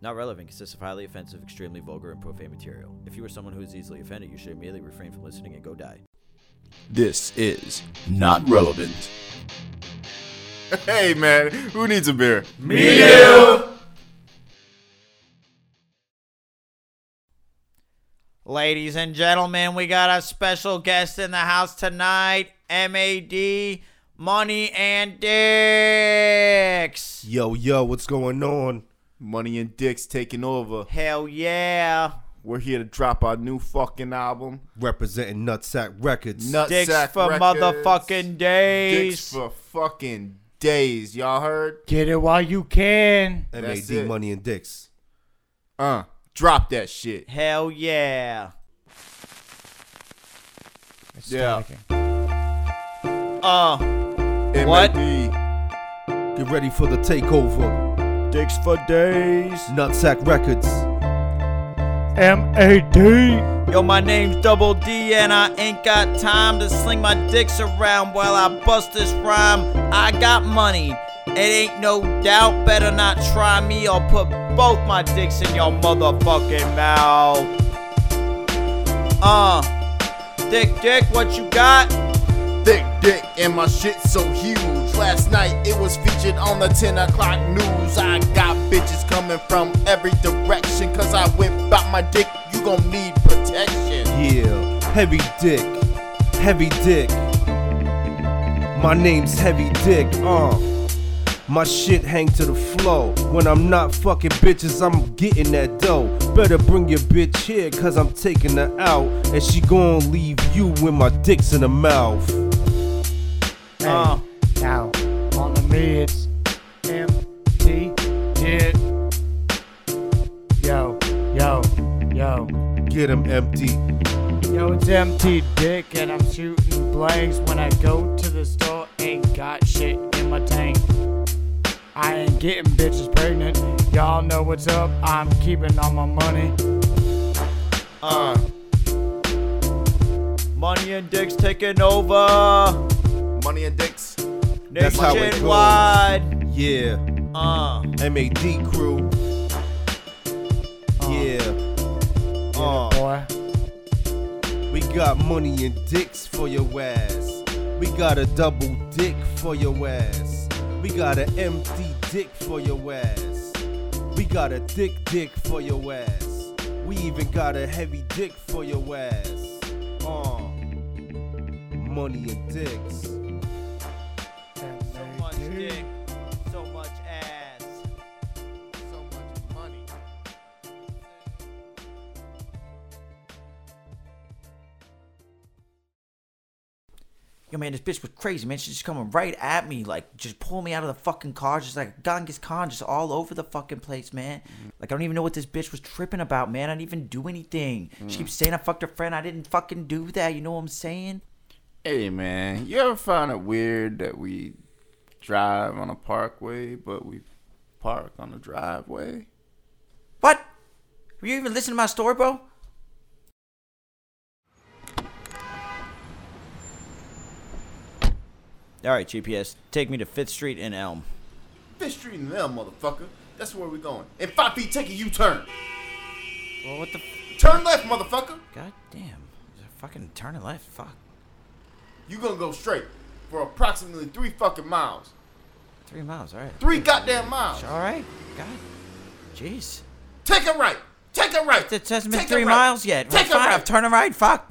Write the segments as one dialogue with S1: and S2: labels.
S1: Not relevant consists of highly offensive, extremely vulgar, and profane material. If you are someone who is easily offended, you should immediately refrain from listening and go die.
S2: This is not relevant.
S3: Hey man, who needs a beer?
S4: Me too.
S5: Ladies and gentlemen, we got a special guest in the house tonight. MAD, Money and Dicks.
S4: Yo, yo, what's going on?
S3: Money and dicks taking over.
S5: Hell yeah.
S3: We're here to drop our new fucking album.
S4: Representing Nutsack Records.
S3: Nutsack
S5: Dicks for
S3: Records.
S5: motherfucking days.
S3: Dicks for fucking days. Y'all heard?
S6: Get it while you can.
S3: That's
S4: MAD
S3: it.
S4: Money and Dicks.
S3: Uh, drop that shit.
S5: Hell yeah.
S6: It's
S3: Yeah.
S6: static.
S5: Uh, What?
S3: MAD.
S4: Get ready for the takeover.
S5: Dicks for days.
S4: Nutsack Records.
S6: M-A-D.
S5: Yo, my name's Double D, and I ain't got time to sling my dicks around while I bust this rhyme. I got money, it ain't no doubt. Better not try me, I'll put both my dicks in your motherfucking mouth. Uh, Dick, Dick, what you got?
S3: Thick dick and my shit so huge. Last night it was featured on the 10 o'clock news. I got bitches coming from every direction. Cause I whip out my dick, you gon' need protection.
S4: Yeah. Heavy Dick. Heavy Dick. My name's Heavy Dick. Uh. My shit hang to the flow. When I'm not fucking bitches, I'm getting that dough. Better bring your bitch here, cause I'm taking her out. And she gon' leave you with my dicks in her mouth.
S6: Hey,
S5: Uh.
S6: now, on the me, it's M-T. Did. Yo, yo, yo.
S4: Get him empty.
S6: Yo, it's MT Dick, and I'm shooting blanks when I go to the store. Ain't got shit in my tank. I ain't getting bitches pregnant. Y'all know what's up. I'm keeping all my money.
S5: Uh, money and dicks taking over.
S3: Money and dicks.
S4: That's how it goes.
S5: Nationwide.
S4: Yeah.
S5: Uh,
S4: MAD crew. Yeah. Uh,
S6: Boy.
S4: we got money and dicks for your ass. We got a double dick for your ass. We got an empty dick for your ass. We got a dick dick for your ass. We even got a heavy dick for your ass. Uh, money and dicks.
S5: so much dick, so much ass.
S3: So much money.
S5: Yo, man, this bitch was crazy, man. She's just coming right at me, like, just pull me out of the fucking car, just like Genghis Khan, just all over the fucking place, man.
S3: Mm-hmm.
S5: Like, I don't even know what this bitch was tripping about, man. I didn't even do anything.
S3: Mm.
S5: She keeps saying I fucked her friend. I didn't fucking do that. You know what I'm saying?
S3: Hey man, you ever find it weird that we drive on a parkway, but we park on a driveway?
S5: What? Were you even listening to my story, bro? All right, GPS, take me to Fifth Street and Elm.
S3: Fifth Street and them, motherfucker. That's where we're going. In five feet, take a U-turn.
S5: Well, what the? F-
S3: Turn left, motherfucker.
S5: God damn! Fucking turn it left. Fuck.
S3: You gonna go straight for approximately three fucking miles.
S5: Three miles. All right.
S3: Three goddamn miles.
S5: All right. God. Jeez.
S3: Take a right. Take a right.
S5: It hasn't been
S3: Take a
S5: three
S3: right.
S5: miles yet.
S3: Take a
S5: Five.
S3: right.
S5: Turn a right. Fuck.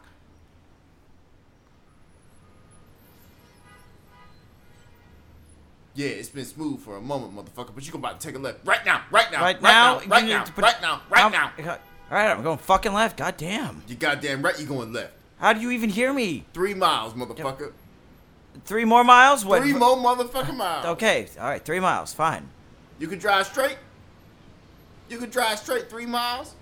S3: Yeah, it's been smooth for a moment, motherfucker. But you gonna about to take a left right now, right now,
S5: Right now.
S3: right
S5: you-
S3: now,
S5: but-
S3: right now, right
S5: I'm-
S3: now.
S5: All right. I'm going fucking left. God damn.
S3: You goddamn right. You going left.
S5: How do you even hear me?
S3: Three miles, motherfucker.
S5: Three more miles. What?
S3: Three more motherfucking miles.
S5: Okay. All right. Three miles. Fine.
S3: You can drive straight. You can drive straight three miles.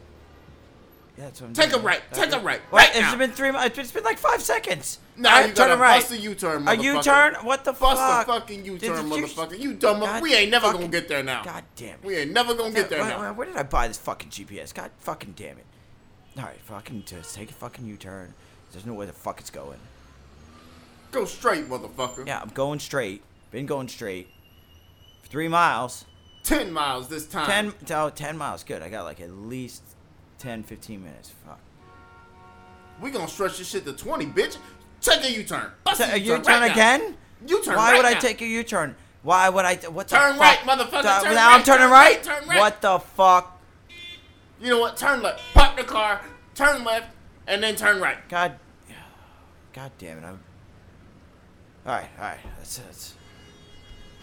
S5: Yeah, That's what I'm
S3: Take a
S5: doing.
S3: right.
S5: Mm-hmm. Okay.
S3: Take a right.
S5: What?
S3: Right
S5: It's
S3: now.
S5: been three. mi- It's been like five seconds.
S3: Now
S5: All
S3: you
S5: right, turn
S3: gotta
S5: a right.
S3: bust a U-turn,
S5: A
S3: motherfucker.
S5: U-turn? What the fuck?
S3: Bust a fucking U-turn,
S5: Did you-
S3: motherfucker. You dumb.
S5: God
S3: we ain't never gonna
S5: fucking-
S3: get there now.
S5: God damn it.
S3: We ain't never gonna get there
S5: where,
S3: now.
S5: where did I buy this fucking GPS? God fucking damn it. Alright, fucking just take a fucking U turn. There's no way the fuck it's going.
S3: Go straight, motherfucker.
S5: Yeah, I'm going straight. Been going straight. For three miles.
S3: Ten miles this
S1: 10,
S3: time.
S1: oh, 10 miles. Good. I got like at least 10, 15 minutes. Fuck.
S3: We gonna stretch this shit to twenty, bitch. Take a U-turn. Bust
S1: T-
S3: a
S1: a U
S3: U-turn
S1: turn
S3: right now.
S1: again?
S3: U-turn
S1: Why
S3: right
S1: would I
S3: now.
S1: take a U turn? Why would I? T- what the
S3: Turn
S1: fuck?
S3: right, motherfucker,
S1: Now
S3: turn
S1: I'm
S3: right,
S1: turning
S3: turn
S1: right?
S3: right, turn right.
S1: What the fuck?
S3: You know what? Turn left. Park the car. Turn left, and then turn right.
S1: God, God damn it! I'm. All right, all right. That's, that's...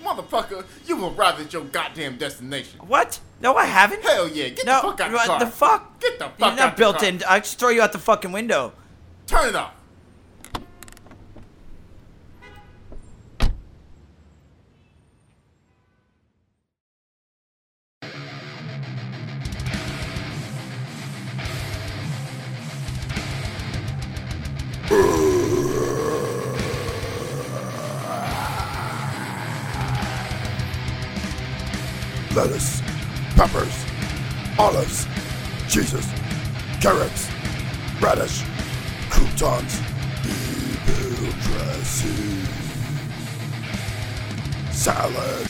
S3: Motherfucker, you arrived at your goddamn destination.
S1: What? No, I haven't.
S3: Hell yeah, get
S1: no,
S3: the fuck out
S1: what
S3: the car.
S1: the fuck?
S3: Get the fuck
S1: You're
S3: out
S1: not
S3: the
S1: built
S3: car.
S1: in. I just throw you out the fucking window.
S3: Turn it off.
S6: Lettuce, peppers, olives, cheeses, carrots, radish, croutons, evil dressing, salad.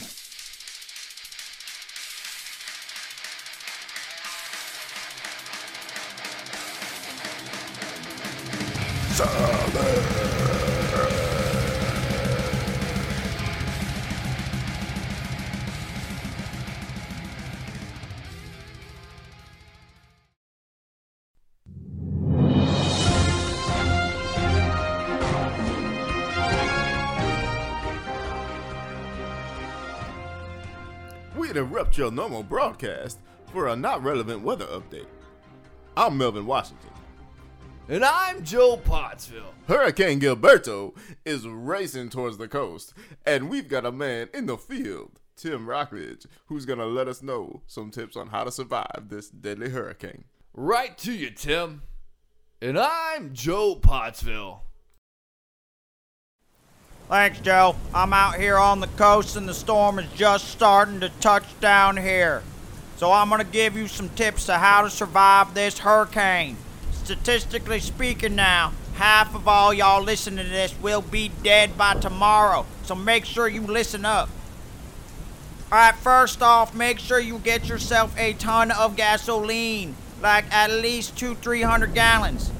S6: Salad.
S3: We interrupt your normal broadcast for a not relevant weather update. I'm Melvin Washington.
S4: And I'm Joe Pottsville.
S3: Hurricane Gilberto is racing towards the coast, and we've got a man in the field, Tim Rockridge, who's gonna let us know some tips on how to survive this deadly hurricane.
S7: Right to you, Tim. And I'm Joe Pottsville.
S5: Thanks, Joe. I'm out here on the coast and the storm is just starting to touch down here. So I'm going to give you some tips to how to survive this hurricane. Statistically speaking now, half of all y'all listening to this will be dead by tomorrow. So make sure you listen up. Alright, first off, make sure you get yourself a ton of gasoline, like at least two, three hundred gallons.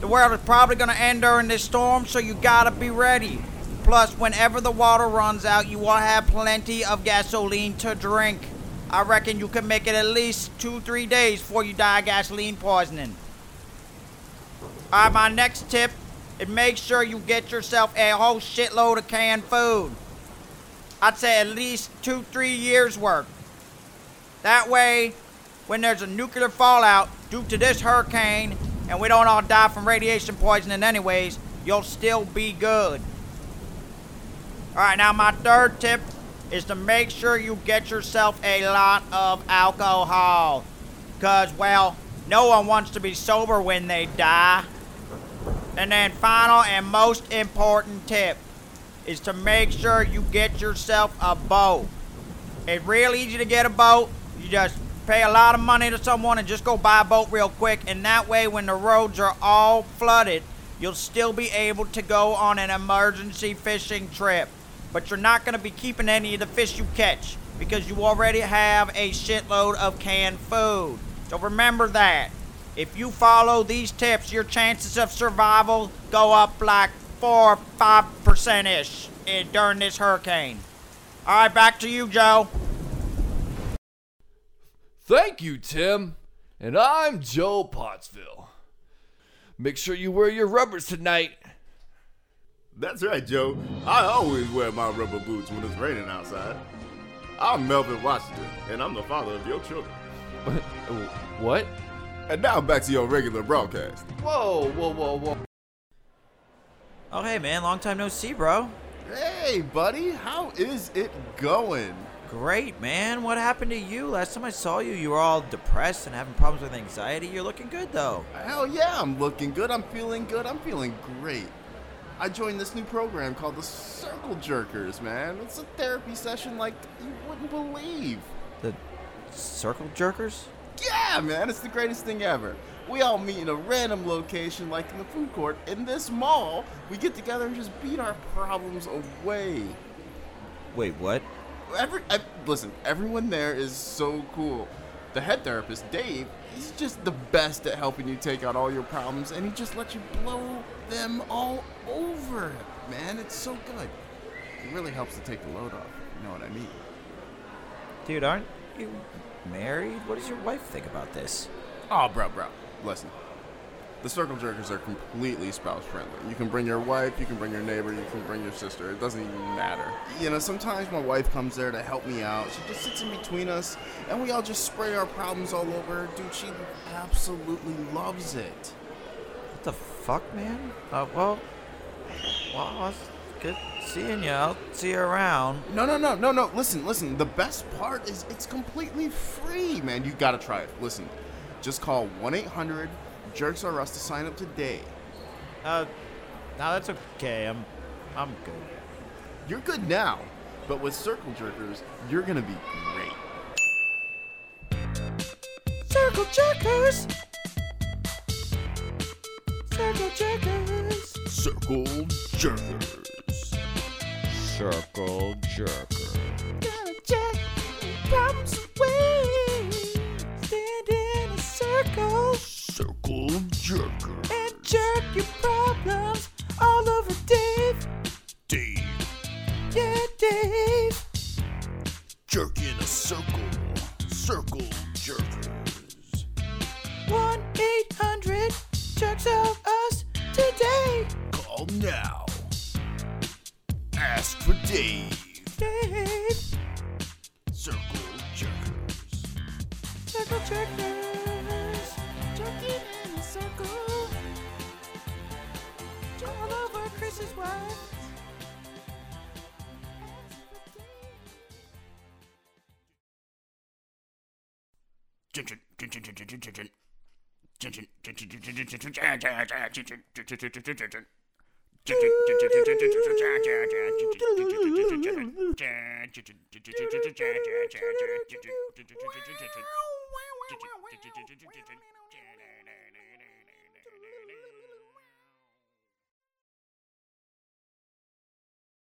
S5: The world is probably gonna end during this storm, so you gotta be ready. Plus, whenever the water runs out, you will have plenty of gasoline to drink. I reckon you can make it at least two, three days before you die of gasoline poisoning. Alright, my next tip is make sure you get yourself a whole shitload of canned food. I'd say at least two, three years worth. That way, when there's a nuclear fallout due to this hurricane, and we don't all die from radiation poisoning anyways, you'll still be good. Alright, now my third tip is to make sure you get yourself a lot of alcohol. Because, well, no one wants to be sober when they die. And then, final and most important tip is to make sure you get yourself a boat. It's real easy to get a boat. You just pay a lot of money to someone and just go buy a boat real quick. And that way, when the roads are all flooded, you'll still be able to go on an emergency fishing trip. But you're not going to be keeping any of the fish you catch because you already have a shitload of canned food. So remember that. If you follow these tips, your chances of survival go up like 4 or 5% ish during this hurricane. All right, back to you, Joe.
S7: Thank you, Tim. And I'm Joe Pottsville. Make sure you wear your rubbers tonight.
S3: That's right, Joe. I always wear my rubber boots when it's raining outside. I'm Melvin Washington, and I'm the father of your children.
S7: What?
S3: And now back to your regular broadcast.
S7: Whoa, whoa, whoa, whoa.
S1: Oh hey man, long time no see, bro.
S3: Hey, buddy, how is it going?
S1: Great man. What happened to you? Last time I saw you, you were all depressed and having problems with anxiety. You're looking good though.
S3: Hell yeah, I'm looking good. I'm feeling good. I'm feeling great. I joined this new program called the Circle Jerkers, man. It's a therapy session like you wouldn't believe.
S1: The circle jerkers?
S3: Yeah, man, it's the greatest thing ever. We all meet in a random location, like in the food court. In this mall, we get together and just beat our problems away.
S1: Wait, what?
S3: Well, every I, listen, everyone there is so cool. The head therapist, Dave, he's just the best at helping you take out all your problems, and he just lets you blow them all over. Man, it's so good. It really helps to take the load off. You know what I mean?
S1: Dude, aren't you married? What does your wife think about this?
S3: Oh, bro, bro. Listen, the circle jerkers are completely spouse friendly. You can bring your wife, you can bring your neighbor, you can bring your sister. It doesn't even matter. You know, sometimes my wife comes there to help me out. She just sits in between us, and we all just spray our problems all over. Dude, she absolutely loves it.
S1: What the fuck, man? Uh, well, well, it's good seeing you. I'll see you around.
S3: No, no, no, no, no. Listen, listen. The best part is it's completely free, man. You gotta try it. Listen, just call 1 800 Jerks R Us to sign up today.
S1: Uh, no, that's okay. I'm, I'm good.
S3: You're good now, but with Circle Jerkers, you're gonna be great.
S1: Circle jerkers. Circle jerkers.
S6: Circle jerkers.
S8: Circle jerker.
S1: Gotta jack problems away. Stand in a circle
S6: Circle jerkers.
S1: and jerk your problems all over Dave.
S6: Dave
S1: Yeah, Dave.
S6: jerk in a circle. Circle jerkers.
S1: One eight hundred jerks of us today.
S6: Call now. Ask for Dave.
S1: Dave.
S6: Circle jerkers.
S1: Circle jerkers. Jerking in a circle. All over Chris's wife.
S9: Thank you.